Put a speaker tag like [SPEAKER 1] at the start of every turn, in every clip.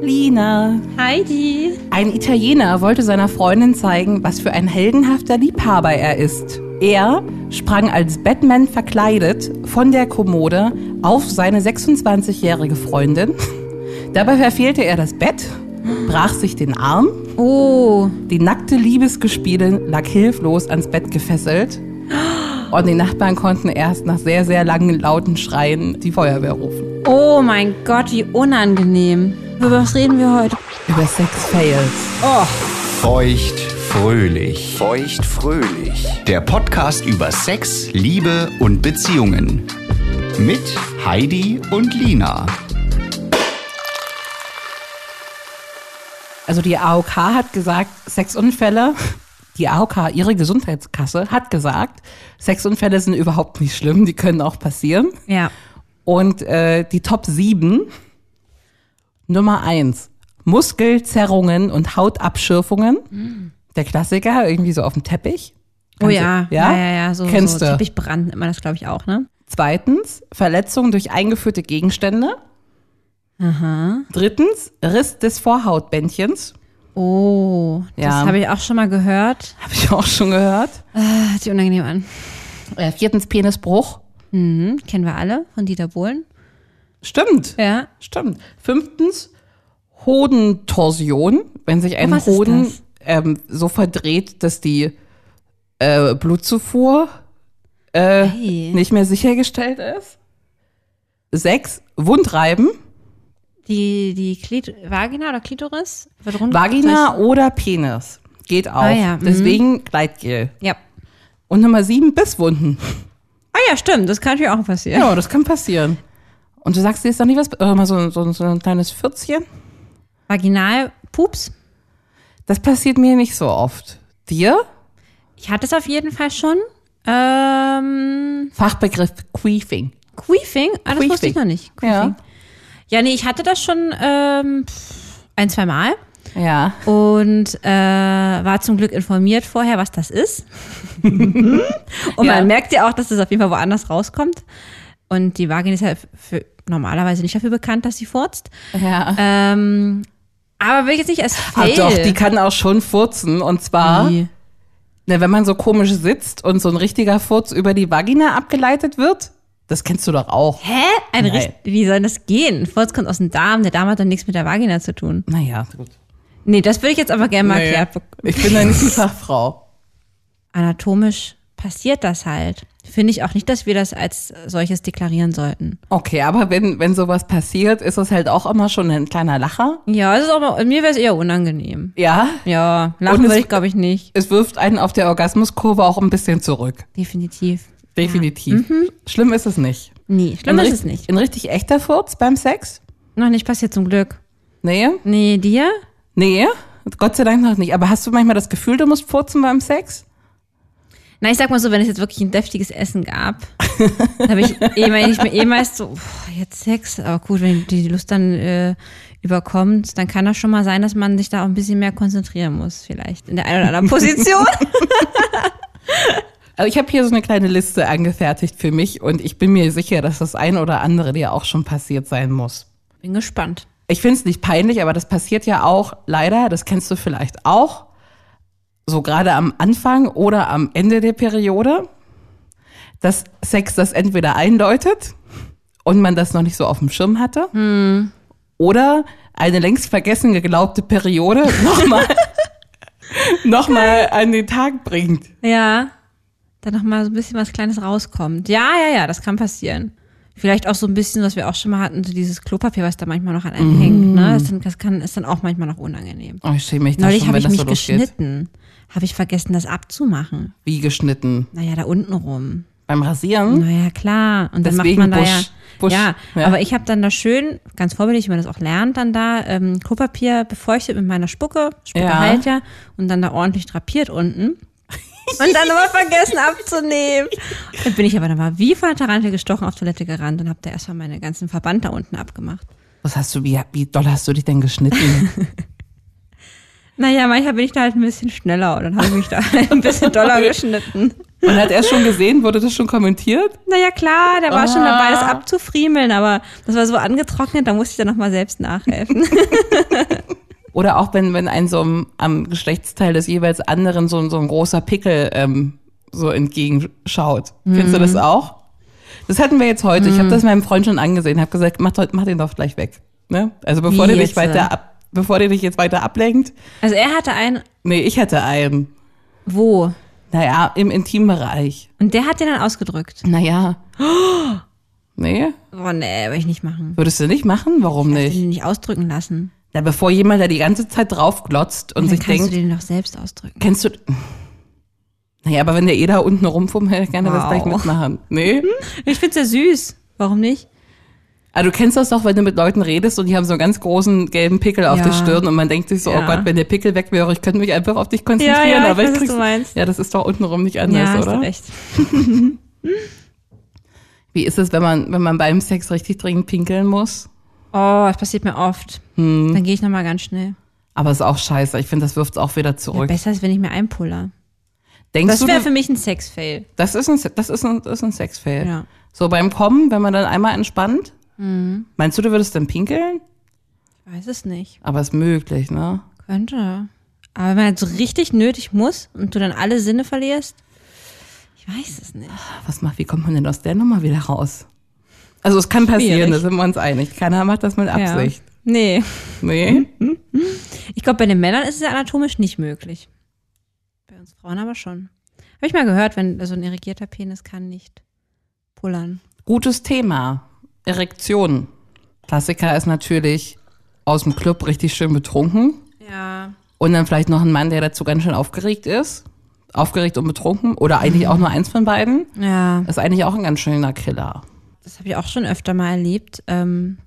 [SPEAKER 1] Lina.
[SPEAKER 2] Heidi.
[SPEAKER 1] Ein Italiener wollte seiner Freundin zeigen, was für ein heldenhafter Liebhaber er ist. Er sprang als Batman verkleidet von der Kommode auf seine 26-jährige Freundin. Dabei verfehlte er das Bett, brach sich den Arm.
[SPEAKER 2] Oh.
[SPEAKER 1] Die nackte Liebesgespielin lag hilflos ans Bett gefesselt. Und die Nachbarn konnten erst nach sehr, sehr langen, lauten Schreien die Feuerwehr rufen.
[SPEAKER 2] Oh mein Gott, wie unangenehm. Über was reden wir heute?
[SPEAKER 1] Über Sex-Fails.
[SPEAKER 3] Feucht fröhlich.
[SPEAKER 4] Feucht fröhlich.
[SPEAKER 3] Der Podcast über Sex, Liebe und Beziehungen. Mit Heidi und Lina.
[SPEAKER 1] Also die AOK hat gesagt, Sexunfälle, die AOK, ihre Gesundheitskasse, hat gesagt, Sexunfälle sind überhaupt nicht schlimm, die können auch passieren.
[SPEAKER 2] Ja.
[SPEAKER 1] Und äh, die Top 7, Nummer 1, Muskelzerrungen und Hautabschürfungen. Der Klassiker, irgendwie so auf dem Teppich.
[SPEAKER 2] Mm. Oh
[SPEAKER 1] Kannst du-
[SPEAKER 2] ja.
[SPEAKER 1] ja?
[SPEAKER 2] Ja, ja, ja. So,
[SPEAKER 1] Kennst
[SPEAKER 2] so
[SPEAKER 1] du.
[SPEAKER 2] Teppichbrand nennt man das, glaube ich, auch, ne?
[SPEAKER 1] Zweitens, Verletzung durch eingeführte Gegenstände. Drittens, Riss des Vorhautbändchens.
[SPEAKER 2] Oh.
[SPEAKER 1] Ja.
[SPEAKER 2] Das habe ich auch schon mal gehört.
[SPEAKER 1] Habe ich auch schon gehört.
[SPEAKER 2] Ah, Hört sich unangenehm an.
[SPEAKER 1] Äh, viertens, Penisbruch.
[SPEAKER 2] Hm, kennen wir alle von Dieter Bohlen.
[SPEAKER 1] Stimmt.
[SPEAKER 2] Ja.
[SPEAKER 1] Stimmt. Fünftens, Hodentorsion, wenn sich ein
[SPEAKER 2] Was ist
[SPEAKER 1] Hoden
[SPEAKER 2] das?
[SPEAKER 1] ähm, so verdreht, dass die äh, Blutzufuhr äh,
[SPEAKER 2] Hey.
[SPEAKER 1] nicht mehr sichergestellt ist. Sechs, Wundreiben,
[SPEAKER 2] Hm. Die, die Klit Vagina oder Klitoris? Wird rund-
[SPEAKER 1] Vagina oder Penis. Geht auch.
[SPEAKER 2] Ah ja, mhm.
[SPEAKER 1] Deswegen Gleitgel.
[SPEAKER 2] Ja.
[SPEAKER 1] Und Nummer sieben, Bisswunden.
[SPEAKER 2] Ah ja, stimmt. Das kann natürlich auch passieren.
[SPEAKER 1] Ja, das kann passieren. Und du sagst dir jetzt noch nicht was, oder mal so, so, so ein kleines Fürzchen.
[SPEAKER 2] Vaginalpups.
[SPEAKER 1] Das passiert mir nicht so oft. Dir?
[SPEAKER 2] Ich hatte es auf jeden Fall schon. Ähm,
[SPEAKER 1] Fachbegriff Queefing.
[SPEAKER 2] Queefing? Ah, das wusste ich
[SPEAKER 1] Queefing.
[SPEAKER 2] noch nicht.
[SPEAKER 1] Ja.
[SPEAKER 2] Ja, nee, ich hatte das schon ähm, pff, ein, zwei Mal
[SPEAKER 1] Ja.
[SPEAKER 2] und äh, war zum Glück informiert vorher, was das ist. und
[SPEAKER 1] Ja.
[SPEAKER 2] man merkt ja auch, dass das auf jeden Fall woanders rauskommt. Und die Vagina ist ja für, normalerweise nicht dafür bekannt, dass sie furzt.
[SPEAKER 1] Ja.
[SPEAKER 2] Ähm, aber will ich jetzt nicht als
[SPEAKER 1] Äh, Ah,
[SPEAKER 2] Fail.
[SPEAKER 1] doch, die Ah? kann auch schon furzen. Und zwar,
[SPEAKER 2] Wie?
[SPEAKER 1] ne, wenn man so komisch sitzt und so ein richtiger Furz über die Vagina abgeleitet wird, das kennst du doch auch.
[SPEAKER 2] Hä? Ein
[SPEAKER 1] Nein.
[SPEAKER 2] Richt Wie soll das gehen? Furz kommt aus dem Darm. Der Darm hat dann nichts mit der Vagina zu tun.
[SPEAKER 1] Naja, gut.
[SPEAKER 2] Nee, das würde ich jetzt aber gerne mal erklärt bekommen.
[SPEAKER 1] Ich bin da nicht die Fachfrau.
[SPEAKER 2] anatomisch passiert das halt. Finde ich auch nicht, dass wir das als solches deklarieren sollten.
[SPEAKER 1] Okay, aber wenn, wenn sowas passiert, ist es halt auch immer schon ein kleiner Lacher.
[SPEAKER 2] Ja, es ist aber, mir wäre es eher unangenehm.
[SPEAKER 1] Ja.
[SPEAKER 2] Ja,
[SPEAKER 1] Und
[SPEAKER 2] lachen
[SPEAKER 1] es-
[SPEAKER 2] würde ich, glaube ich, nicht.
[SPEAKER 1] Es wirft einen auf der Orgasmuskurve auch ein bisschen zurück.
[SPEAKER 2] Definitiv.
[SPEAKER 1] Definitiv. Schlimm ist es nicht.
[SPEAKER 2] Nee, schlimm
[SPEAKER 1] Ein
[SPEAKER 2] ist es
[SPEAKER 1] richt-
[SPEAKER 2] nicht.
[SPEAKER 1] Ein richtig echter Furz beim Sex?
[SPEAKER 2] Noch nicht passiert zum Glück.
[SPEAKER 1] Nee?
[SPEAKER 2] Nee, dir?
[SPEAKER 1] Nee? Gott sei Dank noch nicht. Aber hast du manchmal das Gefühl, du musst furzen beim Sex?
[SPEAKER 2] Na, ich sag mal so, wenn es jetzt wirklich ein deftiges Essen gab, dann habe ich eh me- ich mir eh meist so, pff, jetzt Sex, aber gut, wenn die Lust dann äh, überkommt, dann kann das schon mal sein, dass man sich da auch ein bisschen mehr konzentrieren muss, vielleicht. In der einen oder anderen Position.
[SPEAKER 1] Also ich habe hier so eine kleine Liste angefertigt für mich und ich bin mir sicher, dass das ein oder andere dir auch schon passiert sein muss.
[SPEAKER 2] Bin gespannt.
[SPEAKER 1] Ich finde es nicht peinlich, aber das passiert ja auch leider, das kennst du vielleicht auch, so gerade am Anfang oder am Ende der Periode, dass Sex das entweder einläutet und man das noch nicht so auf dem Schirm hatte
[SPEAKER 2] Hm.
[SPEAKER 1] oder eine längst vergessen geglaubte Periode nochmal noch mal an den Tag bringt.
[SPEAKER 2] Ja, da noch mal so ein bisschen was Kleines rauskommt. Ja, ja, ja, das kann passieren. Vielleicht auch so ein bisschen, was wir auch schon mal hatten, so dieses Klopapier, was da manchmal noch an
[SPEAKER 1] Mhm.
[SPEAKER 2] einem hängt. Ne? Das, dann, das kann, ist dann auch manchmal noch unangenehm.
[SPEAKER 1] Oh, ich schäme mich da
[SPEAKER 2] Neulich
[SPEAKER 1] schon,
[SPEAKER 2] habe
[SPEAKER 1] wenn das
[SPEAKER 2] ich
[SPEAKER 1] so
[SPEAKER 2] mich
[SPEAKER 1] losgeht.
[SPEAKER 2] geschnitten. Habe ich vergessen, das abzumachen.
[SPEAKER 1] Wie geschnitten?
[SPEAKER 2] Naja, da unten rum.
[SPEAKER 1] Beim Rasieren?
[SPEAKER 2] Naja, klar. Und dann
[SPEAKER 1] Hm? Deswegen
[SPEAKER 2] macht man da ja,
[SPEAKER 1] Busch. Busch.
[SPEAKER 2] ja.
[SPEAKER 1] Ja.
[SPEAKER 2] aber ich habe dann da schön, ganz vorbildlich, wie man das auch lernt, dann da ähm, Klopapier befeuchtet mit meiner Spucke, Spucke
[SPEAKER 1] Ja.
[SPEAKER 2] halt ja, und dann da ordentlich drapiert unten. Und dann aber vergessen abzunehmen. Dann bin ich aber dann mal wie von der Tarantel gestochen auf Toilette gerannt und habe da erstmal meine ganzen Verband da unten abgemacht.
[SPEAKER 1] Was hast du, wie, wie doll hast du dich denn geschnitten?
[SPEAKER 2] Naja, manchmal bin ich da halt ein bisschen schneller und dann habe ich mich da ein bisschen doller geschnitten.
[SPEAKER 1] Man hat erst schon gesehen, wurde das schon kommentiert?
[SPEAKER 2] Naja, klar, der war schon dabei,
[SPEAKER 1] Ah.
[SPEAKER 2] das abzufriemeln, aber das war so angetrocknet, da musste ich dann nochmal selbst nachhelfen.
[SPEAKER 1] Oder auch wenn, wenn einem so am, am Geschlechtsteil des jeweils anderen so, ein- so ein großer Pickel ähm, so entgegenschaut. Kennst
[SPEAKER 2] Mhm.
[SPEAKER 1] du das auch? Das hatten wir jetzt heute. Ich habe das meinem Freund schon angesehen, habe gesagt, mach, doch- mach den doch gleich weg. Ne? Also bevor
[SPEAKER 2] Wie
[SPEAKER 1] der dich
[SPEAKER 2] jetzt, äh?
[SPEAKER 1] weiter
[SPEAKER 2] oder?
[SPEAKER 1] ab, bevor der dich jetzt weiter ablenkt.
[SPEAKER 2] Also er hatte einen,
[SPEAKER 1] Nee, ich hatte einen.
[SPEAKER 2] wo?
[SPEAKER 1] Naja, im Intimbereich.
[SPEAKER 2] Und der hat den dann ausgedrückt.
[SPEAKER 1] Naja. Nee,
[SPEAKER 2] Oh nee, will ich nicht machen.
[SPEAKER 1] würdest du nicht machen? Warum
[SPEAKER 2] Ich
[SPEAKER 1] nicht?
[SPEAKER 2] den nicht ausdrücken lassen.
[SPEAKER 1] Na, bevor jemand da die ganze Zeit draufglotzt und
[SPEAKER 2] Dann
[SPEAKER 1] sich
[SPEAKER 2] kannst
[SPEAKER 1] denkt,
[SPEAKER 2] du den doch selbst ausdrücken.
[SPEAKER 1] Kennst du. Naja, aber wenn der eh da unten rumfummelt, kann er das
[SPEAKER 2] Wow.
[SPEAKER 1] gleich mitmachen. Nee?
[SPEAKER 2] Ich find's ja süß. Warum nicht?
[SPEAKER 1] Also du kennst das doch, wenn du mit Leuten redest und die haben so einen ganz großen gelben Pickel auf
[SPEAKER 2] Ja.
[SPEAKER 1] der Stirn und man denkt sich so,
[SPEAKER 2] Ja.
[SPEAKER 1] oh Gott, wenn der Pickel weg wäre, ich könnte mich einfach auf dich konzentrieren.
[SPEAKER 2] Ja, ja, ich
[SPEAKER 1] aber
[SPEAKER 2] weiß, was
[SPEAKER 1] krieg's-
[SPEAKER 2] du meinst.
[SPEAKER 1] Ja, das ist doch untenrum nicht anders,
[SPEAKER 2] ja, hast du
[SPEAKER 1] oder?
[SPEAKER 2] recht.
[SPEAKER 1] Wie ist es, wenn man, wenn man beim Sex richtig dringend pinkeln muss?
[SPEAKER 2] Oh, das passiert mir oft.
[SPEAKER 1] Hm.
[SPEAKER 2] Dann gehe ich nochmal ganz schnell.
[SPEAKER 1] Aber ist auch scheiße. Ich finde, das wirft's auch wieder
[SPEAKER 2] Ja,
[SPEAKER 1] zurück.
[SPEAKER 2] besser ist, wenn ich mir einpuller.
[SPEAKER 1] Denkst
[SPEAKER 2] Das
[SPEAKER 1] du,
[SPEAKER 2] wäre
[SPEAKER 1] du,
[SPEAKER 2] für mich ein Sex-Fail.
[SPEAKER 1] das ist ein, Se- das ist ein, das ist ein Sexfail.
[SPEAKER 2] Ja.
[SPEAKER 1] So beim Kommen, wenn man dann einmal entspannt,
[SPEAKER 2] Mhm.
[SPEAKER 1] meinst du, du würdest dann pinkeln?
[SPEAKER 2] Ich weiß es nicht.
[SPEAKER 1] Aber ist möglich, ne?
[SPEAKER 2] Könnte. Aber wenn man jetzt so richtig nötig muss und du dann alle Sinne verlierst, ich weiß es nicht.
[SPEAKER 1] was macht, wie kommt man denn aus der Nummer wieder raus? Also es kann
[SPEAKER 2] Schwierig.
[SPEAKER 1] passieren, da sind wir uns einig. Keiner macht das mit Absicht.
[SPEAKER 2] Ja. Mhm. Nee.
[SPEAKER 1] Nee?
[SPEAKER 2] Ich glaube, bei den Männern ist es ja anatomisch nicht möglich. Bei uns Frauen aber schon. Habe ich mal gehört, wenn so ein irrigierter Penis kann nicht pullern.
[SPEAKER 1] Gutes Thema. Erektion. Klassiker ist natürlich aus dem Club richtig schön betrunken.
[SPEAKER 2] Ja.
[SPEAKER 1] Und dann vielleicht noch ein Mann, der dazu ganz schön aufgeregt ist. Aufgeregt und betrunken. Oder
[SPEAKER 2] Mhm.
[SPEAKER 1] eigentlich auch nur eins von beiden.
[SPEAKER 2] Ja.
[SPEAKER 1] Ist eigentlich auch ein ganz schöner Killer.
[SPEAKER 2] Das habe ich auch schon öfter mal erlebt, ähm,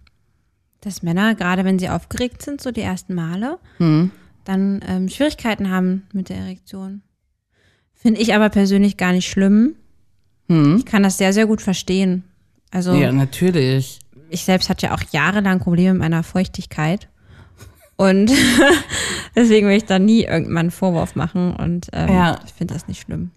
[SPEAKER 2] dass Männer, gerade wenn sie aufgeregt sind, so die ersten Male, dann ähm, Schwierigkeiten haben mit der Erektion. Finde ich aber persönlich gar nicht schlimm. Ich kann das sehr, sehr gut verstehen. Also
[SPEAKER 1] Ja, natürlich.
[SPEAKER 2] ich selbst hatte ja auch jahrelang Probleme mit meiner Feuchtigkeit. Und deswegen will ich da nie irgendwann einen Vorwurf machen und ähm,
[SPEAKER 1] Ja.
[SPEAKER 2] ich finde das nicht schlimm.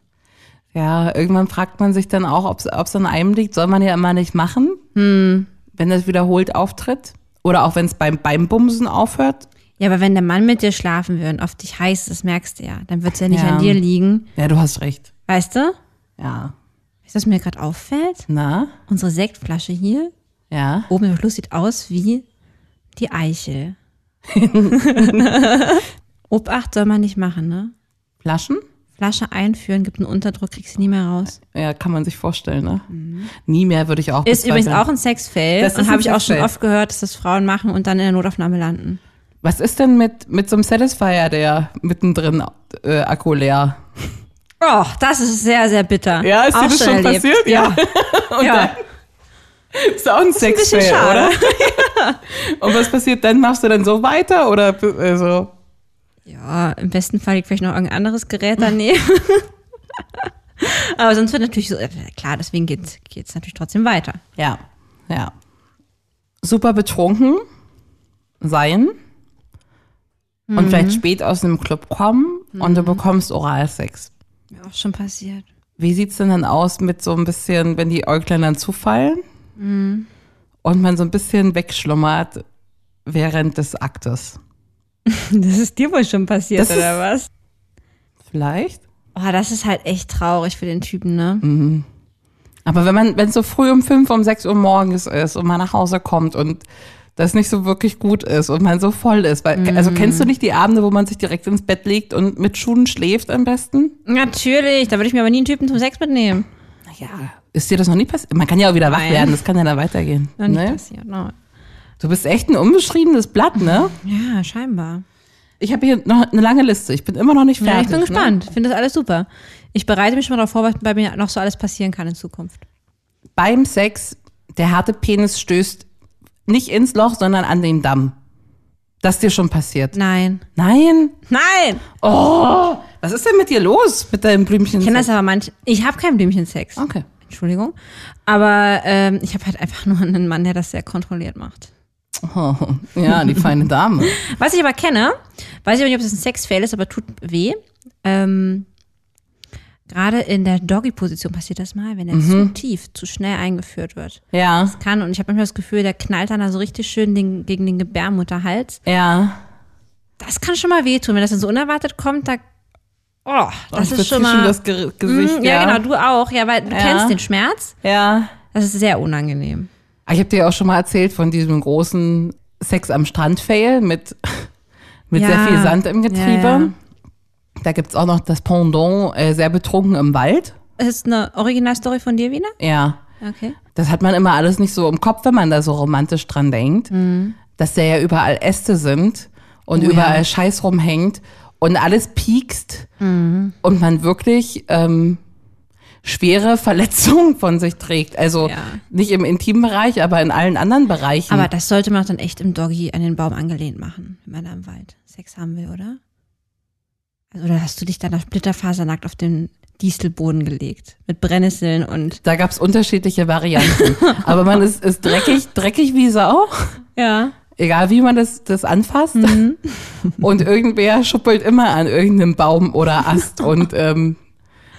[SPEAKER 1] Ja, irgendwann fragt man sich dann auch, ob es an einem liegt. Soll man ja immer nicht machen, wenn das wiederholt auftritt. Oder auch wenn es beim, beim Bumsen aufhört.
[SPEAKER 2] Ja, aber wenn der Mann mit dir schlafen will und auf dich heiß, das merkst du ja, dann wird es ja nicht
[SPEAKER 1] Ja.
[SPEAKER 2] an dir liegen.
[SPEAKER 1] Ja, du hast recht.
[SPEAKER 2] Weißt du?
[SPEAKER 1] Ja.
[SPEAKER 2] Weißt du, was mir gerade auffällt?
[SPEAKER 1] Na?
[SPEAKER 2] Unsere Sektflasche hier
[SPEAKER 1] Ja.
[SPEAKER 2] oben im Schluss sieht aus wie die Eichel. Obacht soll man nicht machen, ne?
[SPEAKER 1] Flaschen?
[SPEAKER 2] Flasche einführen, gibt einen Unterdruck, kriegst sie nie mehr raus.
[SPEAKER 1] Ja, kann man sich vorstellen, ne? Nie mehr würde ich auch.
[SPEAKER 2] Ist übrigens
[SPEAKER 1] bezweifeln.
[SPEAKER 2] auch ein Sexfail.
[SPEAKER 1] Das
[SPEAKER 2] Das
[SPEAKER 1] ist ein
[SPEAKER 2] habe ich auch schon
[SPEAKER 1] Sexfail.
[SPEAKER 2] oft gehört, dass das Frauen machen und dann in der Notaufnahme landen.
[SPEAKER 1] Was ist denn mit, mit so einem Satisfier, der mittendrin äh, Akku leer?
[SPEAKER 2] Oh, das ist sehr, sehr bitter.
[SPEAKER 1] Ja, ist dir das schon passiert?
[SPEAKER 2] Ja. ja.
[SPEAKER 1] Ist auch ein
[SPEAKER 2] bisschen
[SPEAKER 1] Sexfail, oder?
[SPEAKER 2] schade.
[SPEAKER 1] Und was passiert dann? Machst du dann so weiter oder äh, so?
[SPEAKER 2] Ja, im besten Fall liegt vielleicht noch irgendein anderes Gerät daneben. Aber sonst wird natürlich so, äh, klar, deswegen geht's geht's natürlich trotzdem weiter.
[SPEAKER 1] Ja, ja. Super betrunken sein und vielleicht spät aus einem Club kommen und du bekommst Oralsex.
[SPEAKER 2] Mir auch schon passiert.
[SPEAKER 1] Wie sieht's denn dann aus mit so ein bisschen, wenn die Äuglein dann zufallen und man so ein bisschen wegschlummert während des Aktes?
[SPEAKER 2] Das ist dir wohl schon passiert,
[SPEAKER 1] Das ist-
[SPEAKER 2] oder was?
[SPEAKER 1] Vielleicht?
[SPEAKER 2] Oh, das ist halt echt traurig für den Typen, ne?
[SPEAKER 1] Mhm. Aber wenn man, wenn es so früh um fünf, um sechs Uhr morgens ist und man nach Hause kommt und das nicht so wirklich gut ist und man so voll ist, weil, also
[SPEAKER 2] Mhm.
[SPEAKER 1] kennst du nicht die Abende, wo man sich direkt ins Bett legt und mit Schuhen schläft am besten?
[SPEAKER 2] Natürlich, da würde ich mir aber nie einen Typen zum Sex mitnehmen.
[SPEAKER 1] Naja. Ist dir das noch nie passiert? Man kann ja auch wieder wach
[SPEAKER 2] Nein.
[SPEAKER 1] werden, das kann ja dann weitergehen.
[SPEAKER 2] Noch nicht
[SPEAKER 1] Ne?
[SPEAKER 2] passiert, no.
[SPEAKER 1] Du bist echt ein unbeschriebenes Blatt, ne?
[SPEAKER 2] Ja, scheinbar.
[SPEAKER 1] Ich habe hier noch eine lange Liste, ich bin immer noch nicht
[SPEAKER 2] Ja,
[SPEAKER 1] fertig.
[SPEAKER 2] ich bin
[SPEAKER 1] ne?
[SPEAKER 2] gespannt. Finde das alles super. Ich bereite mich schon mal darauf vor, was bei mir noch so alles passieren kann in Zukunft.
[SPEAKER 1] Beim Sex, der harte Penis stößt nicht ins Loch, sondern an den Damm. Das ist dir schon passiert.
[SPEAKER 2] Nein.
[SPEAKER 1] Nein?
[SPEAKER 2] Nein!
[SPEAKER 1] Oh, was ist denn mit dir los mit deinem Blümchen?
[SPEAKER 2] Ich kenne das aber manch. Ich habe kein Blümchensex.
[SPEAKER 1] Okay.
[SPEAKER 2] Entschuldigung. Aber ähm, ich habe halt einfach nur einen Mann, der das sehr kontrolliert macht.
[SPEAKER 1] Oh, ja, die feine Dame.
[SPEAKER 2] Was ich aber kenne, weiß ich aber nicht, ob das ein Sexfail ist, aber tut weh. Ähm, Gerade in der Doggy-Position passiert das mal, wenn er
[SPEAKER 1] Mhm.
[SPEAKER 2] zu tief, zu schnell eingeführt wird.
[SPEAKER 1] Ja.
[SPEAKER 2] Das kann, und ich habe manchmal das Gefühl, der knallt dann da so richtig schön den, gegen den Gebärmutterhals.
[SPEAKER 1] Ja.
[SPEAKER 2] Das kann schon mal wehtun, wenn das dann so unerwartet kommt, da, oh, das
[SPEAKER 1] Und
[SPEAKER 2] ist schon
[SPEAKER 1] verzieht
[SPEAKER 2] mal,
[SPEAKER 1] das Ge- Gesicht.
[SPEAKER 2] Mm, ja, genau, du auch, ja, weil du kennst den Schmerz.
[SPEAKER 1] Ja.
[SPEAKER 2] Das ist sehr unangenehm.
[SPEAKER 1] Ich habe dir auch schon mal erzählt von diesem großen Sex am Strand-Fail mit, mit
[SPEAKER 2] Ja.
[SPEAKER 1] sehr viel Sand im Getriebe.
[SPEAKER 2] Ja, ja.
[SPEAKER 1] Da gibt's auch noch das Pendant, äh, sehr betrunken im Wald.
[SPEAKER 2] Ist es eine Originalstory von dir, Wiener?
[SPEAKER 1] Ja.
[SPEAKER 2] Okay.
[SPEAKER 1] Das hat man immer alles nicht so im Kopf, wenn man da so romantisch dran denkt, dass da ja überall Äste sind und
[SPEAKER 2] Mhm. Oh ja.
[SPEAKER 1] überall Scheiß rumhängt und alles piekst
[SPEAKER 2] Mhm.
[SPEAKER 1] und man wirklich ähm, schwere Verletzungen von sich trägt. Also
[SPEAKER 2] Ja.
[SPEAKER 1] nicht im intimen Bereich, aber in allen anderen Bereichen.
[SPEAKER 2] Aber das sollte man auch dann echt im Doggy an den Baum angelehnt machen, wenn man da im Wald Sex haben will, oder? Also, oder hast du dich dann auf Splitterfasernackt auf den Distelboden gelegt? Mit Brennnesseln und.
[SPEAKER 1] da gab's unterschiedliche Varianten. aber man ist, ist dreckig, dreckig wie Sau.
[SPEAKER 2] Ja.
[SPEAKER 1] Egal wie man das, das anfasst. Und irgendwer schuppelt immer an irgendeinem Baum oder Ast. Und ähm,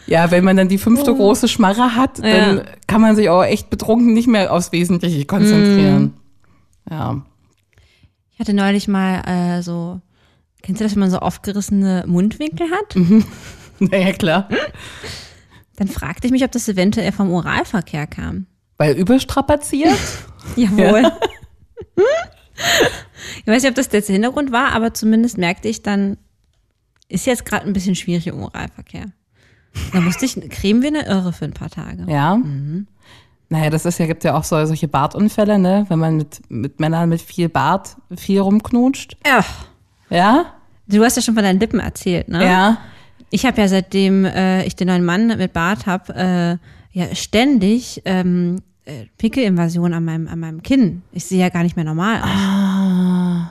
[SPEAKER 1] ja, wenn man dann die fünfte große Schmarre hat, dann
[SPEAKER 2] Ja.
[SPEAKER 1] kann man sich auch echt betrunken nicht mehr aufs Wesentliche konzentrieren. Ja.
[SPEAKER 2] Ich hatte neulich mal äh, so. Kennst du das, wenn man so aufgerissene Mundwinkel hat?
[SPEAKER 1] Naja, klar.
[SPEAKER 2] Dann fragte ich mich, ob das eventuell vom Oralverkehr kam.
[SPEAKER 1] Weil überstrapaziert?
[SPEAKER 2] Jawohl. Ich weiß nicht, ob das jetzt der Hintergrund war, aber zumindest merkte ich dann, ist jetzt gerade ein bisschen schwierig im Oralverkehr. Da musste ich cremen wie eine Irre für ein paar Tage.
[SPEAKER 1] Ja. Naja, das ist ja, gibt ja auch so, solche Bartunfälle, ne? Wenn man mit, mit Männern mit viel Bart viel rumknutscht.
[SPEAKER 2] Ach,
[SPEAKER 1] Ja?
[SPEAKER 2] du hast ja schon von deinen Lippen erzählt, ne?
[SPEAKER 1] Ja.
[SPEAKER 2] Ich habe ja seitdem äh, ich den neuen Mann mit Bart habe, äh, ja ständig ähm, äh, Pickelinvasion an meinem, an meinem Kinn. Ich sehe ja gar nicht mehr normal aus.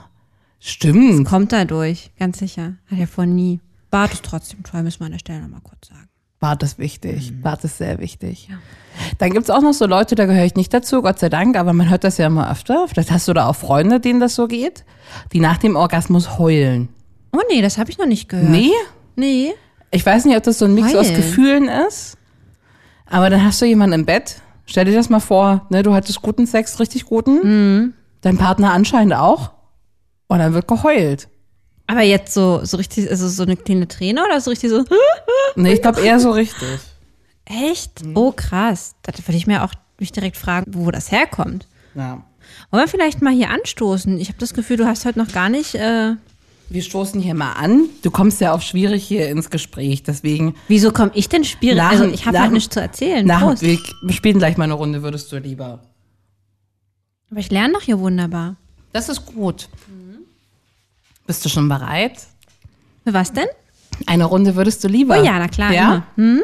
[SPEAKER 1] Stimmt.
[SPEAKER 2] Kommt dadurch, ganz sicher. Hat ja vorhin nie. Bart ist trotzdem toll, müssen wir an der Stelle nochmal kurz sagen.
[SPEAKER 1] Bart ist wichtig. Bart ist sehr wichtig. Dann gibt's auch noch so Leute, da gehöre ich nicht dazu, Gott sei Dank, aber man hört das ja immer öfter. Vielleicht hast du da auch Freunde, denen das so geht, die nach dem Orgasmus heulen.
[SPEAKER 2] Oh nee, das habe ich noch nicht gehört.
[SPEAKER 1] Nee?
[SPEAKER 2] Nee.
[SPEAKER 1] Ich weiß nicht, ob das so ein Mix aus
[SPEAKER 2] Heulen.
[SPEAKER 1] Gefühlen ist, aber dann hast du jemanden im Bett. Stell dir das mal vor, ne, du hattest guten Sex, richtig guten, dein Partner anscheinend auch, und dann wird geheult.
[SPEAKER 2] Aber jetzt so, so richtig, also so eine kleine Träne oder so richtig so,
[SPEAKER 1] Ne, ich glaube eher so richtig.
[SPEAKER 2] echt? Oh krass. Da würde ich mir auch mich direkt fragen, wo das herkommt.
[SPEAKER 1] Ja.
[SPEAKER 2] Wollen wir vielleicht mal hier anstoßen? Ich habe das Gefühl, du hast heute noch gar nicht, äh,
[SPEAKER 1] Wir stoßen hier mal an. Du kommst ja auch schwierig hier ins Gespräch, deswegen
[SPEAKER 2] wieso komme ich denn spielen?
[SPEAKER 1] Nach-
[SPEAKER 2] Also ich habe
[SPEAKER 1] nach-
[SPEAKER 2] halt nichts zu erzählen.
[SPEAKER 1] Nach
[SPEAKER 2] Prost.
[SPEAKER 1] wir spielen gleich mal eine Runde, würdest du lieber.
[SPEAKER 2] Aber ich lerne doch hier wunderbar.
[SPEAKER 1] Das ist gut.
[SPEAKER 2] Mhm.
[SPEAKER 1] Bist du schon bereit?
[SPEAKER 2] Für was denn?
[SPEAKER 1] Eine Runde würdest du lieber.
[SPEAKER 2] Oh ja, na klar, Mhm.
[SPEAKER 1] Ja?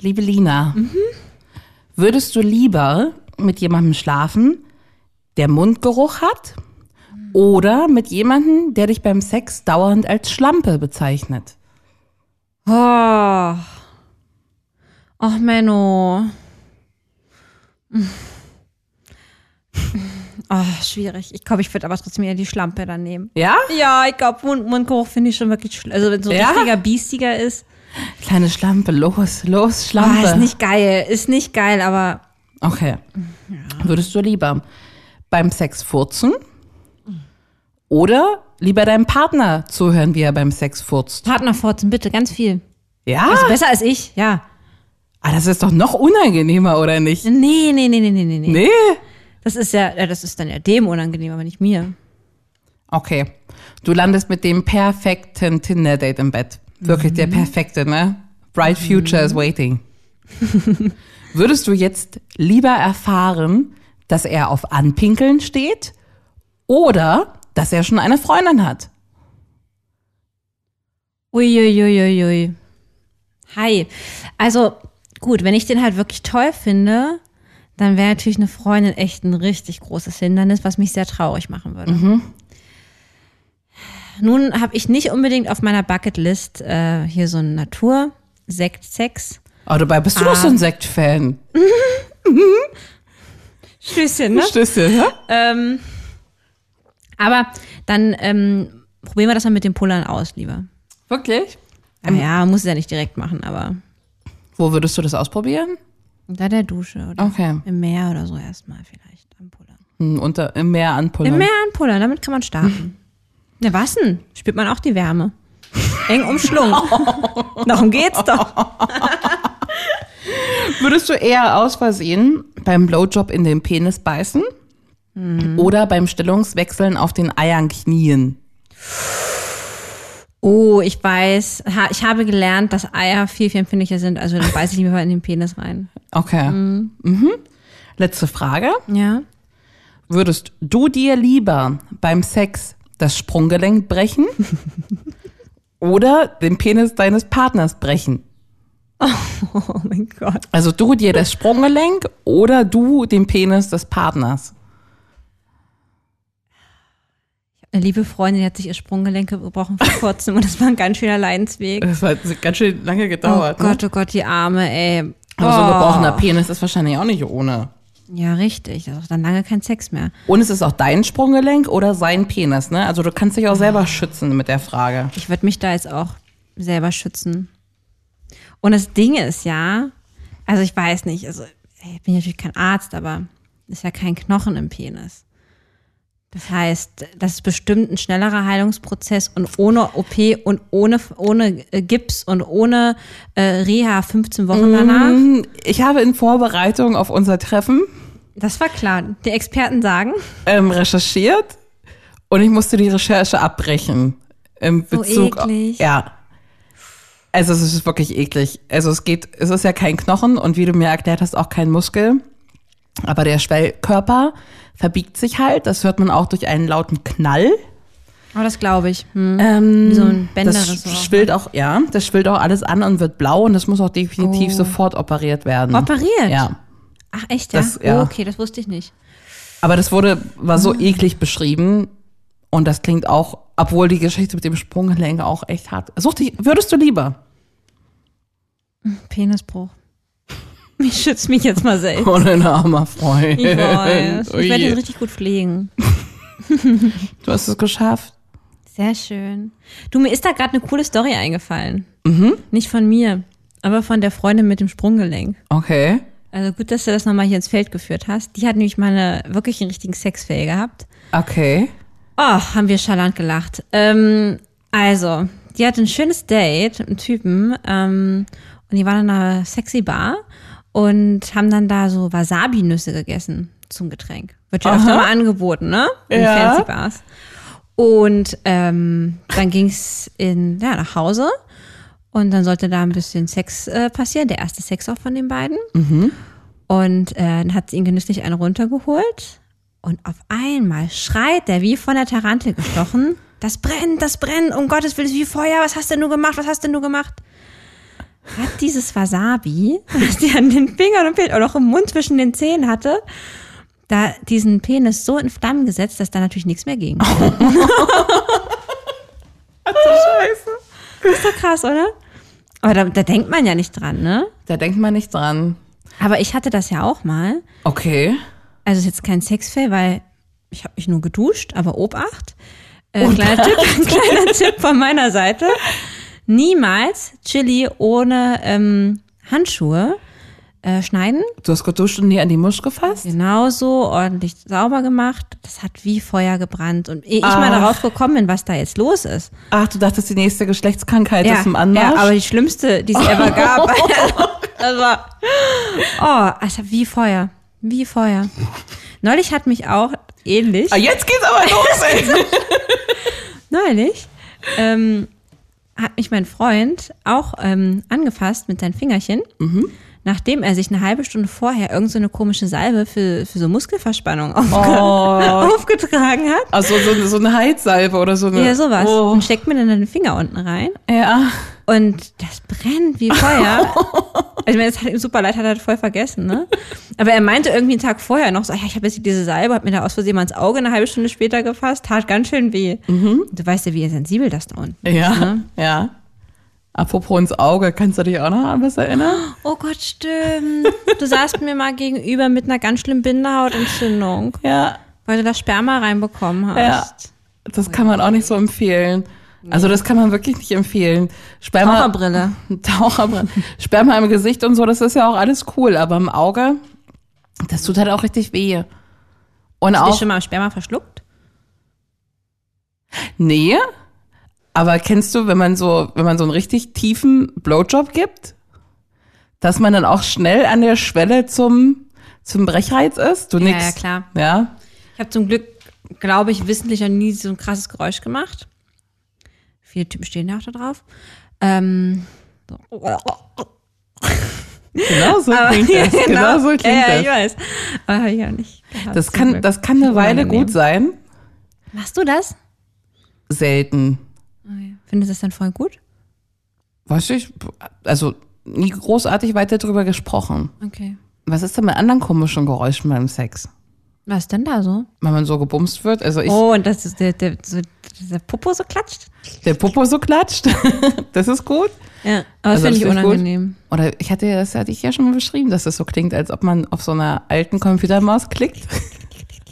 [SPEAKER 1] Liebe Lina, würdest du lieber mit jemandem schlafen, der Mundgeruch hat, oder mit jemandem, der dich beim Sex dauernd als Schlampe bezeichnet?
[SPEAKER 2] Oh. Ach, Menno. Oh, schwierig. Ich glaube, ich würde aber trotzdem eher die Schlampe dann nehmen.
[SPEAKER 1] Ja?
[SPEAKER 2] Ja, ich glaube, Mund Mundgeruch finde ich schon wirklich schlimm. Also wenn so ein
[SPEAKER 1] Ja?
[SPEAKER 2] richtiger Biestiger ist,
[SPEAKER 1] Kleine Schlampe, los, los, Schlampe.
[SPEAKER 2] ah, ist nicht geil. Ist nicht geil, aber
[SPEAKER 1] Okay. Würdest du lieber beim Sex furzen oder lieber deinem Partner zuhören, wie er beim Sex furzt?
[SPEAKER 2] Partnerfurzen, bitte, ganz viel.
[SPEAKER 1] Ja,
[SPEAKER 2] Also besser als ich, ja.
[SPEAKER 1] ah, das ist doch noch unangenehmer, oder nicht?
[SPEAKER 2] Nee, nee, nee, nee, nee, nee, nee.
[SPEAKER 1] Nee.
[SPEAKER 2] Das ist ja, ja, das ist dann ja dem unangenehm, aber nicht mir.
[SPEAKER 1] Okay. Du landest mit dem perfekten Tinder-Date im Bett. Wirklich der perfekte, ne? Bright future is waiting. Würdest du jetzt lieber erfahren, dass er auf Anpinkeln steht oder dass er schon eine Freundin hat?
[SPEAKER 2] Uiuiuiui. Hi. Also, gut, wenn ich den halt wirklich toll finde, dann wäre natürlich eine Freundin echt ein richtig großes Hindernis, was mich sehr traurig machen würde. Nun habe ich nicht unbedingt auf meiner Bucketlist äh, hier so ein Natur-Sekt-Sex.
[SPEAKER 1] Aber dabei bist du doch so ein Sekt-Fan.
[SPEAKER 2] Stößchen, ne?
[SPEAKER 1] Stößchen, ne?
[SPEAKER 2] Ähm, aber dann ähm, probieren wir das mal mit den Pullern aus, lieber.
[SPEAKER 1] Wirklich?
[SPEAKER 2] Naja, man muss es ja nicht direkt machen, aber
[SPEAKER 1] Wo würdest du das ausprobieren?
[SPEAKER 2] unter der Dusche oder
[SPEAKER 1] Okay.
[SPEAKER 2] im Meer oder so erstmal vielleicht anpullern.
[SPEAKER 1] Hm, Unter, Im Meer anpullen.
[SPEAKER 2] Im Meer anpullern, damit kann man starten. Na was denn? Spürt man auch die Wärme. Eng umschlungen. Darum geht's doch.
[SPEAKER 1] Würdest du eher aus Versehen beim Blowjob in den Penis beißen oder beim Stellungswechseln auf den Eiern knien?
[SPEAKER 2] Oh, ich weiß, ha, ich habe gelernt, dass Eier viel, viel empfindlicher sind, also dann beiß ich lieber in den Penis rein.
[SPEAKER 1] Okay. Mhm. Letzte Frage.
[SPEAKER 2] Ja.
[SPEAKER 1] Würdest du dir lieber beim Sex das Sprunggelenk brechen oder den Penis deines Partners brechen?
[SPEAKER 2] Oh mein Gott.
[SPEAKER 1] Also du dir das Sprunggelenk oder du den Penis des Partners?
[SPEAKER 2] Eine Äh, liebe Freundin die hat sich ihr Sprunggelenk gebrochen vor kurzem und das war ein ganz schöner Leidensweg.
[SPEAKER 1] Das hat ganz schön lange ne?
[SPEAKER 2] Oh Gott, oh Gott, die Arme, ey.
[SPEAKER 1] Aber so ein
[SPEAKER 2] Oh.
[SPEAKER 1] gebrochener Penis ist wahrscheinlich auch nicht ohne.
[SPEAKER 2] Ja, richtig. Das ist dann lange kein Sex mehr.
[SPEAKER 1] Und es ist auch dein Sprunggelenk oder sein Penis, ne? Also du kannst dich auch selber schützen mit der Frage.
[SPEAKER 2] Ich würde mich da jetzt auch selber schützen. Und das Ding ist ja, also ich weiß nicht, also ey, ich bin natürlich kein Arzt, aber ist ja kein Knochen im Penis. Das heißt, das ist bestimmt ein schnellerer Heilungsprozess und ohne OP und ohne, ohne äh, Gips und ohne äh, Reha 15 Wochen danach.
[SPEAKER 1] Hm, Ich habe in Vorbereitung auf unser Treffen
[SPEAKER 2] Das war klar. Die Experten sagen,
[SPEAKER 1] ähm, recherchiert und ich musste die Recherche abbrechen. Im
[SPEAKER 2] So
[SPEAKER 1] Bezug
[SPEAKER 2] eklig.
[SPEAKER 1] ja. Also es ist wirklich eklig. Also es geht, es ist ja kein Knochen und wie du mir erklärt hast, auch kein Muskel. Aber der Schwellkörper verbiegt sich halt. Das hört man auch durch einen lauten Knall.
[SPEAKER 2] aber das glaube ich. Hm.
[SPEAKER 1] Ähm,
[SPEAKER 2] Wie so ne? ein
[SPEAKER 1] das
[SPEAKER 2] Bänderressort.
[SPEAKER 1] schwillt auch, ja, das schwillt auch alles an und wird blau und das muss auch definitiv sofort operiert werden.
[SPEAKER 2] Oh. Operiert?
[SPEAKER 1] Ja.
[SPEAKER 2] Ach echt, ja?
[SPEAKER 1] Das- ja.
[SPEAKER 2] Oh, okay, das wusste ich nicht.
[SPEAKER 1] Aber das wurde, war so eklig beschrieben und das klingt auch, obwohl die Geschichte mit dem Sprunggelenk auch echt hart. Such dich, würdest du lieber?
[SPEAKER 2] Penisbruch. Ich schütze mich jetzt mal selbst.
[SPEAKER 1] Oh, ein armer Freund.
[SPEAKER 2] Ich weiß.
[SPEAKER 1] Oh
[SPEAKER 2] ich werde
[SPEAKER 1] je.
[SPEAKER 2] ihn richtig gut pflegen.
[SPEAKER 1] du hast es geschafft.
[SPEAKER 2] Sehr schön. Du, mir ist da gerade eine coole Story eingefallen.
[SPEAKER 1] Mhm.
[SPEAKER 2] Nicht von mir, aber von der Freundin mit dem Sprunggelenk.
[SPEAKER 1] Okay.
[SPEAKER 2] Also gut, dass du das nochmal hier ins Feld geführt hast. Die hat nämlich mal eine, wirklich einen richtigen Sexfail gehabt.
[SPEAKER 1] Okay.
[SPEAKER 2] Oh, haben wir schallant gelacht. Ähm, also, die hatte ein schönes Date mit einem Typen ähm, und die waren in einer sexy Bar und haben dann da so Wasabi-Nüsse gegessen zum Getränk. Wird ja öfter mal angeboten, ne? In
[SPEAKER 1] Ja.
[SPEAKER 2] Fancy Bars. Und ähm, dann ging's in, ja, nach Hause und dann sollte da ein bisschen Sex äh, passieren, der erste Sex auch von den beiden. Und äh, dann hat sie ihn genüsslich einen runtergeholt. Und auf einmal schreit der wie von der Tarantel gestochen. Das brennt, das brennt, um Gottes Willen, es ist wie Feuer, was hast denn du gemacht, was hast denn du gemacht? Hat dieses Wasabi, was die an den Fingern und Pe- oder auch im Mund zwischen den Zähnen hatte, da diesen Penis so in Flammen gesetzt, dass da natürlich nichts mehr ging. Ach du Scheiße. Ist doch krass, oder? Aber da, da denkt man ja nicht dran, ne?
[SPEAKER 1] Da denkt man nicht dran.
[SPEAKER 2] Aber ich hatte das ja auch mal.
[SPEAKER 1] Okay.
[SPEAKER 2] Also ist jetzt kein Sexfail, weil ich habe mich nur geduscht, aber Obacht.
[SPEAKER 1] Oh
[SPEAKER 2] Äh, kleiner, Tipp, kleiner Tipp von meiner Seite. Niemals Chili ohne ähm, Handschuhe äh, schneiden.
[SPEAKER 1] Du hast geduscht und dir an die Musch gefasst?
[SPEAKER 2] Genauso ordentlich sauber gemacht. Das hat wie Feuer gebrannt. Und ehe ich mal
[SPEAKER 1] Ach.
[SPEAKER 2] darauf gekommen bin, was da jetzt los ist.
[SPEAKER 1] Ach, du dachtest, die nächste Geschlechtskrankheit ist im Anmarsch?
[SPEAKER 2] Ja, aber die schlimmste, die es ever gab. das war, oh, also wie Feuer. Wie Feuer. Neulich hat mich auch ähnlich.
[SPEAKER 1] Ah, jetzt geht's aber los. ey.
[SPEAKER 2] Neulich ähm, hat mich mein Freund auch ähm, angefasst mit seinen Fingerchen, nachdem er sich eine halbe Stunde vorher irgendeine so eine komische Salbe für, für so Muskelverspannung aufge Oh. aufgetragen hat.
[SPEAKER 1] Also so, so eine Heizsalbe oder so eine.
[SPEAKER 2] Ja, sowas.
[SPEAKER 1] Oh.
[SPEAKER 2] Und steckt mir dann den Finger unten rein.
[SPEAKER 1] Ja.
[SPEAKER 2] Und das brennt wie Feuer. Also, ich meine, es hat ihm super leid, hat er das voll vergessen, ne? Aber er meinte irgendwie einen Tag vorher noch so, "Ah ja, ich habe jetzt diese Salbe, hat mir da aus Versehen mal ins Auge eine halbe Stunde später gefasst, tat ganz schön weh. Du weißt ja, wie sensibel das da unten ist,
[SPEAKER 1] Ja.
[SPEAKER 2] ne?
[SPEAKER 1] Ja. Apropos ins Auge, kannst du dich auch noch an was erinnern?
[SPEAKER 2] Oh Gott, stimmt. Du saßt mir mal gegenüber mit einer ganz schlimmen Bindehautentzündung,
[SPEAKER 1] Ja.
[SPEAKER 2] weil du da Sperma reinbekommen hast. Oh
[SPEAKER 1] Ja. Das kann man auch nicht so empfehlen. Also das kann man wirklich nicht empfehlen. Sperma,
[SPEAKER 2] Taucherbrille.
[SPEAKER 1] Taucherbrand. Sperma im Gesicht und so, das ist ja auch alles cool, aber im Auge, das tut halt auch richtig weh. Und
[SPEAKER 2] Hast du dich
[SPEAKER 1] auch,
[SPEAKER 2] schon mal Sperma verschluckt?
[SPEAKER 1] nee, aber kennst du, wenn man so, wenn man so einen richtig tiefen Blowjob gibt, dass man dann auch schnell an der Schwelle zum, zum Brechreiz ist? Du
[SPEAKER 2] Ja,
[SPEAKER 1] nix.
[SPEAKER 2] ja, klar.
[SPEAKER 1] Ja.
[SPEAKER 2] Ich habe zum Glück, glaube ich, wissentlich noch nie so ein krasses Geräusch gemacht. Viele Typen stehen ja auch da drauf. Ähm, so.
[SPEAKER 1] Genau so
[SPEAKER 2] Aber-
[SPEAKER 1] klingt das. Genau, so klingt
[SPEAKER 2] ja, ja,
[SPEAKER 1] das.
[SPEAKER 2] ich weiß. Aber hab ich ja nicht. gehabt,
[SPEAKER 1] Das
[SPEAKER 2] zum
[SPEAKER 1] kann,
[SPEAKER 2] Glück.
[SPEAKER 1] das kann eine Weile
[SPEAKER 2] Unangenehm.
[SPEAKER 1] gut sein.
[SPEAKER 2] Machst du das?
[SPEAKER 1] Selten.
[SPEAKER 2] Findest du das dann voll gut?
[SPEAKER 1] Weiß ich, also nie großartig weiter drüber gesprochen.
[SPEAKER 2] Okay.
[SPEAKER 1] Was ist denn mit anderen komischen Geräuschen beim Sex?
[SPEAKER 2] Was denn da so?
[SPEAKER 1] Wenn man so gebumst wird, also ich,
[SPEAKER 2] oh, und dass der, der, so, dass der Popo so klatscht?
[SPEAKER 1] der Popo so klatscht, das ist gut.
[SPEAKER 2] Ja. Aber
[SPEAKER 1] Also
[SPEAKER 2] das finde ich
[SPEAKER 1] das ist gut.
[SPEAKER 2] unangenehm.
[SPEAKER 1] Oder ich hatte ja, das hatte ich ja schon mal beschrieben, dass das so klingt, als ob man auf so einer alten Computermaus klickt.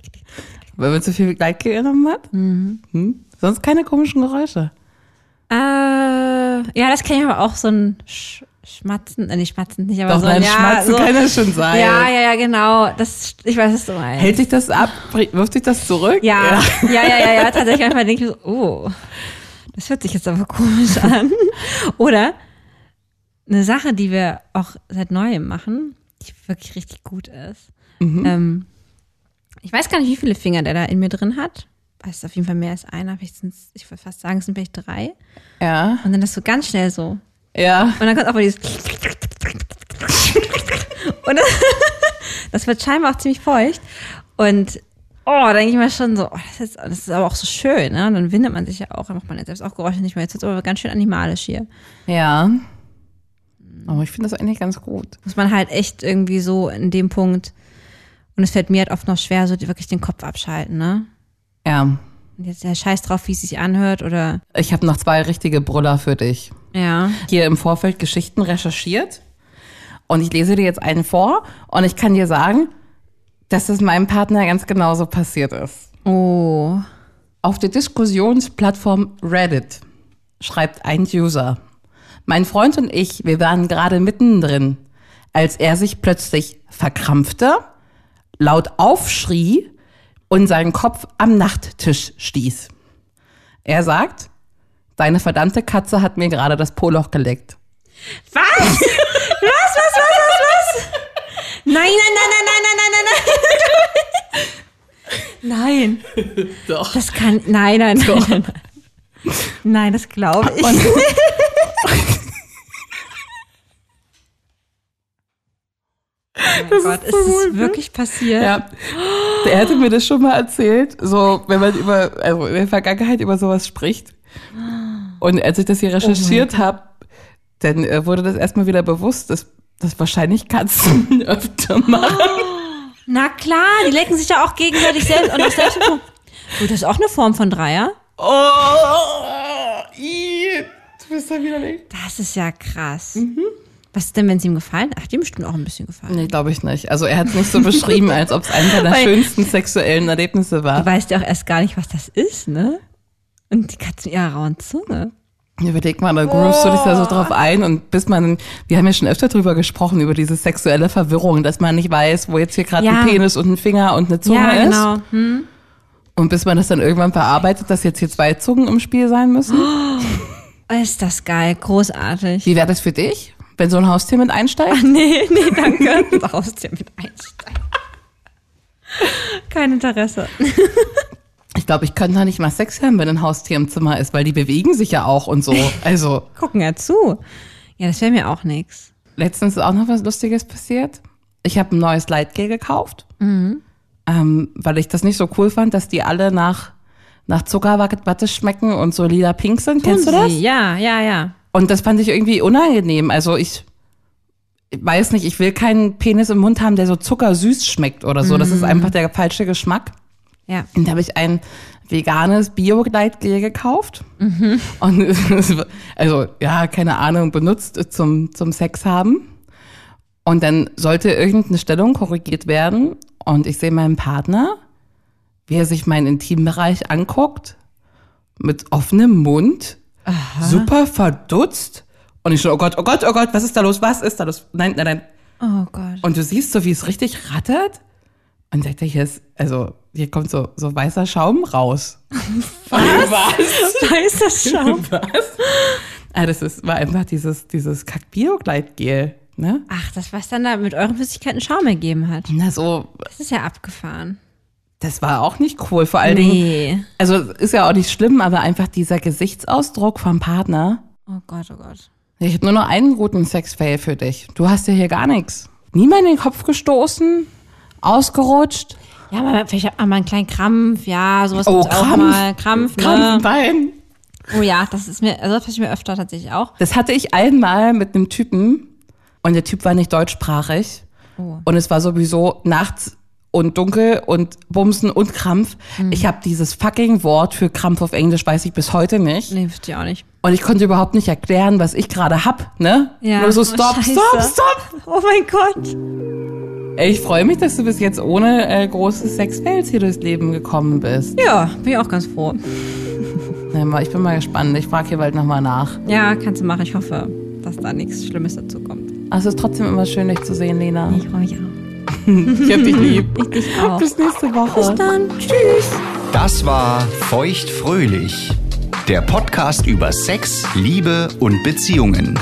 [SPEAKER 1] Weil man zu viel Gleit genommen hat.
[SPEAKER 2] Mhm.
[SPEAKER 1] Hm? Sonst keine komischen Geräusche.
[SPEAKER 2] Äh, ja, das kenne ich aber auch so ein Sch Schmatzen, äh, nicht Schmatzen, nicht, aber
[SPEAKER 1] Doch,
[SPEAKER 2] so ein
[SPEAKER 1] nein,
[SPEAKER 2] ja,
[SPEAKER 1] Schmatzen
[SPEAKER 2] so,
[SPEAKER 1] kann ja schon sein.
[SPEAKER 2] Ja, ja, ja, genau. Das, ich weiß, was du meinst.
[SPEAKER 1] Hält sich das ab? Wirft sich das zurück?
[SPEAKER 2] ja, ja, ja, ja, ja, tatsächlich. Manchmal denke ich mir so, oh, das hört sich jetzt aber komisch an. Oder eine Sache, die wir auch seit Neuem machen, die wirklich richtig gut ist. Ähm, ich weiß gar nicht, wie viele Finger der da in mir drin hat. Weiß auf jeden Fall mehr als einer. Vielleicht sind's, ich würde fast sagen, es sind vielleicht drei.
[SPEAKER 1] Ja.
[SPEAKER 2] Und dann das so ganz schnell so.
[SPEAKER 1] Ja.
[SPEAKER 2] Und dann kommt auch mal dieses. Und das, das wird scheinbar auch ziemlich feucht. Und oh, da denke ich mir schon so, oh, das, ist, das ist aber auch so schön, ne? Und dann windet man sich ja auch, dann macht man jetzt selbst auch Geräusche nicht mehr. Jetzt wird aber ganz schön animalisch hier.
[SPEAKER 1] Ja. Aber ich finde das eigentlich ganz gut.
[SPEAKER 2] Muss man halt echt irgendwie so in dem Punkt, und es fällt mir halt oft noch schwer, so wirklich den Kopf abschalten, ne?
[SPEAKER 1] Ja.
[SPEAKER 2] Und jetzt der Scheiß drauf, wie es sich anhört oder
[SPEAKER 1] Ich habe noch zwei richtige Brüller für dich.
[SPEAKER 2] ja.
[SPEAKER 1] Hier im Vorfeld Geschichten recherchiert und ich lese dir jetzt einen vor und ich kann dir sagen, dass es meinem Partner ganz genauso passiert ist.
[SPEAKER 2] Oh.
[SPEAKER 1] Auf der Diskussionsplattform Reddit schreibt ein User. Mein Freund und ich, wir waren gerade mittendrin, als er sich plötzlich verkrampfte, laut aufschrie und seinen Kopf am Nachttisch stieß. Er sagt, deine verdammte Katze hat mir gerade das Poloch geleckt.
[SPEAKER 2] Was? Was, was, was, was, was? Nein, nein, nein, nein, nein, nein, nein, nein, nein. Nein.
[SPEAKER 1] Doch.
[SPEAKER 2] Das kann. Nein, nein, nein. Nein, nein das glaube ich. Oh Gott, ist es wirklich passiert?
[SPEAKER 1] ne? Ja. Er hatte mir das schon mal erzählt, so wenn man über, also in der Vergangenheit über sowas spricht. Und als ich das hier recherchiert habe, dann äh, wurde das erstmal wieder bewusst, dass, dass wahrscheinlich Katzen öfter machen.
[SPEAKER 2] Na klar, die lecken sich ja auch gegenseitig selbst und das selbst. Gut, das ist auch eine Form von Dreier.
[SPEAKER 1] Oh, ii, du bist da widerlich.
[SPEAKER 2] Das ist ja krass.
[SPEAKER 1] Mhm.
[SPEAKER 2] Was ist denn, wenn es ihm gefallen? Ach, dem bestimmt auch ein bisschen gefallen.
[SPEAKER 1] Nee, glaube ich nicht. Also er hat es nicht so beschrieben, als ob es eines seiner
[SPEAKER 2] Weil-
[SPEAKER 1] schönsten sexuellen Erlebnisse
[SPEAKER 2] Du
[SPEAKER 1] war.
[SPEAKER 2] weißt ja auch erst gar nicht, was das ist, ne? Und die Katze mit ihrer rauen Zunge.
[SPEAKER 1] Überleg mal, da groovst du dich da so drauf ein und bis man, wir haben ja schon öfter drüber gesprochen, über diese sexuelle Verwirrung, dass man nicht weiß, wo jetzt hier gerade
[SPEAKER 2] Ja.
[SPEAKER 1] ein Penis und ein Finger und eine Zunge
[SPEAKER 2] ja,
[SPEAKER 1] ist.
[SPEAKER 2] genau. Hm.
[SPEAKER 1] Und bis man das dann irgendwann verarbeitet, dass jetzt hier zwei Zungen im Spiel sein müssen.
[SPEAKER 2] Ist das geil, großartig.
[SPEAKER 1] Wie wäre das für dich, wenn so ein Haustier mit einsteigt?
[SPEAKER 2] Nee, nee, danke. Das Haustier mit einsteigen. Kein Interesse.
[SPEAKER 1] Ich glaube, ich könnte da nicht mal Sex haben, wenn ein Haustier im Zimmer ist, weil die bewegen sich ja auch und so. Also,
[SPEAKER 2] Gucken ja zu. Ja, das wäre mir auch nix.
[SPEAKER 1] letztens ist auch noch was Lustiges passiert. Ich habe ein neues Lightgel gekauft, ähm, weil ich das nicht so cool fand, dass die alle nach, nach Zuckerwatte schmecken und so lila pink sind. Kennst du
[SPEAKER 2] Tun
[SPEAKER 1] das?
[SPEAKER 2] sie. Ja, ja, ja.
[SPEAKER 1] Und das fand ich irgendwie unangenehm. Also ich ich weiß nicht, ich will keinen Penis im Mund haben, der so zuckersüß schmeckt oder so. Das ist einfach der falsche Geschmack.
[SPEAKER 2] Ja.
[SPEAKER 1] Und da habe ich ein veganes Bio-Gleitgel gekauft. Und es war- also, ja, keine Ahnung, benutzt zum, zum Sex haben. Und dann sollte irgendeine Stellung korrigiert werden. Und ich sehe meinen Partner, wie er sich meinen Intimbereich anguckt, mit offenem Mund super verdutzt. Und ich so, oh Gott, oh Gott, oh Gott, was ist da los? Was ist da los? Nein, nein, nein.
[SPEAKER 2] Oh Gott.
[SPEAKER 1] Und du siehst so, wie es richtig rattert. Und denkt er, hier ist, also, hier kommt so, so weißer Schaum raus. Was?
[SPEAKER 2] Weiß das schon?
[SPEAKER 1] Was? Ah, das ist, war einfach dieses, dieses Kack-Bio-Gleitgel, ne?
[SPEAKER 2] Ach, das, was dann da mit euren Flüssigkeiten Schaum ergeben hat.
[SPEAKER 1] Na, so,
[SPEAKER 2] Das ist ja abgefahren.
[SPEAKER 1] das war auch nicht cool. Vor allen Dingen,
[SPEAKER 2] Nee.
[SPEAKER 1] also, ist ja auch nicht schlimm, aber einfach dieser Gesichtsausdruck vom Partner.
[SPEAKER 2] Oh Gott, oh Gott.
[SPEAKER 1] Ich habe nur noch einen guten Sex-Fail für dich. Du hast ja hier gar nichts. Niemand in den Kopf gestoßen, ausgerutscht.
[SPEAKER 2] Ja, aber vielleicht hat man mal einen kleinen Krampf, ja, sowas
[SPEAKER 1] Oh,
[SPEAKER 2] gibt's auch
[SPEAKER 1] Krampf.
[SPEAKER 2] mal. Krampf, ne?
[SPEAKER 1] Krampfbein.
[SPEAKER 2] Oh ja, das ist mir, also das passiert mir öfter tatsächlich auch.
[SPEAKER 1] Das hatte ich einmal mit einem Typen und der Typ war nicht deutschsprachig.
[SPEAKER 2] Oh.
[SPEAKER 1] Und es war sowieso nachts und dunkel und Bumsen und Krampf.
[SPEAKER 2] Hm.
[SPEAKER 1] Ich habe dieses fucking Wort für Krampf auf Englisch, weiß ich bis heute nicht.
[SPEAKER 2] Nee, wüsste ich auch nicht.
[SPEAKER 1] Und ich konnte überhaupt nicht erklären, was ich gerade hab, ne?
[SPEAKER 2] Ja.
[SPEAKER 1] Nur so
[SPEAKER 2] Oh,
[SPEAKER 1] stop,
[SPEAKER 2] Scheiße.
[SPEAKER 1] stop, stop.
[SPEAKER 2] Oh mein Gott.
[SPEAKER 1] Ey, Ich freue mich, dass du bis jetzt ohne äh, großes Sexfails hier durchs Leben gekommen bist.
[SPEAKER 2] Ja, bin ich auch ganz froh.
[SPEAKER 1] Na, mal, Ich bin mal gespannt. Ich frage hier bald nochmal nach.
[SPEAKER 2] Ja, kannst du machen. Ich hoffe, dass da nichts Schlimmes dazu kommt.
[SPEAKER 1] Aber Also, Es ist trotzdem immer schön, dich zu sehen, Lena.
[SPEAKER 2] Ich freue mich auch.
[SPEAKER 1] Ich hab dich lieb.
[SPEAKER 2] Ich auch.
[SPEAKER 1] Bis nächste Woche.
[SPEAKER 2] Bis dann. Tschüss.
[SPEAKER 3] Das war Feuchtfröhlich, der Podcast über Sex, Liebe und Beziehungen.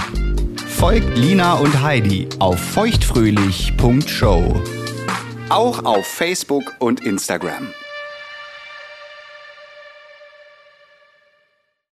[SPEAKER 3] Folgt Lina und Heidi auf feuchtfröhlich.show. Auch auf Facebook und Instagram.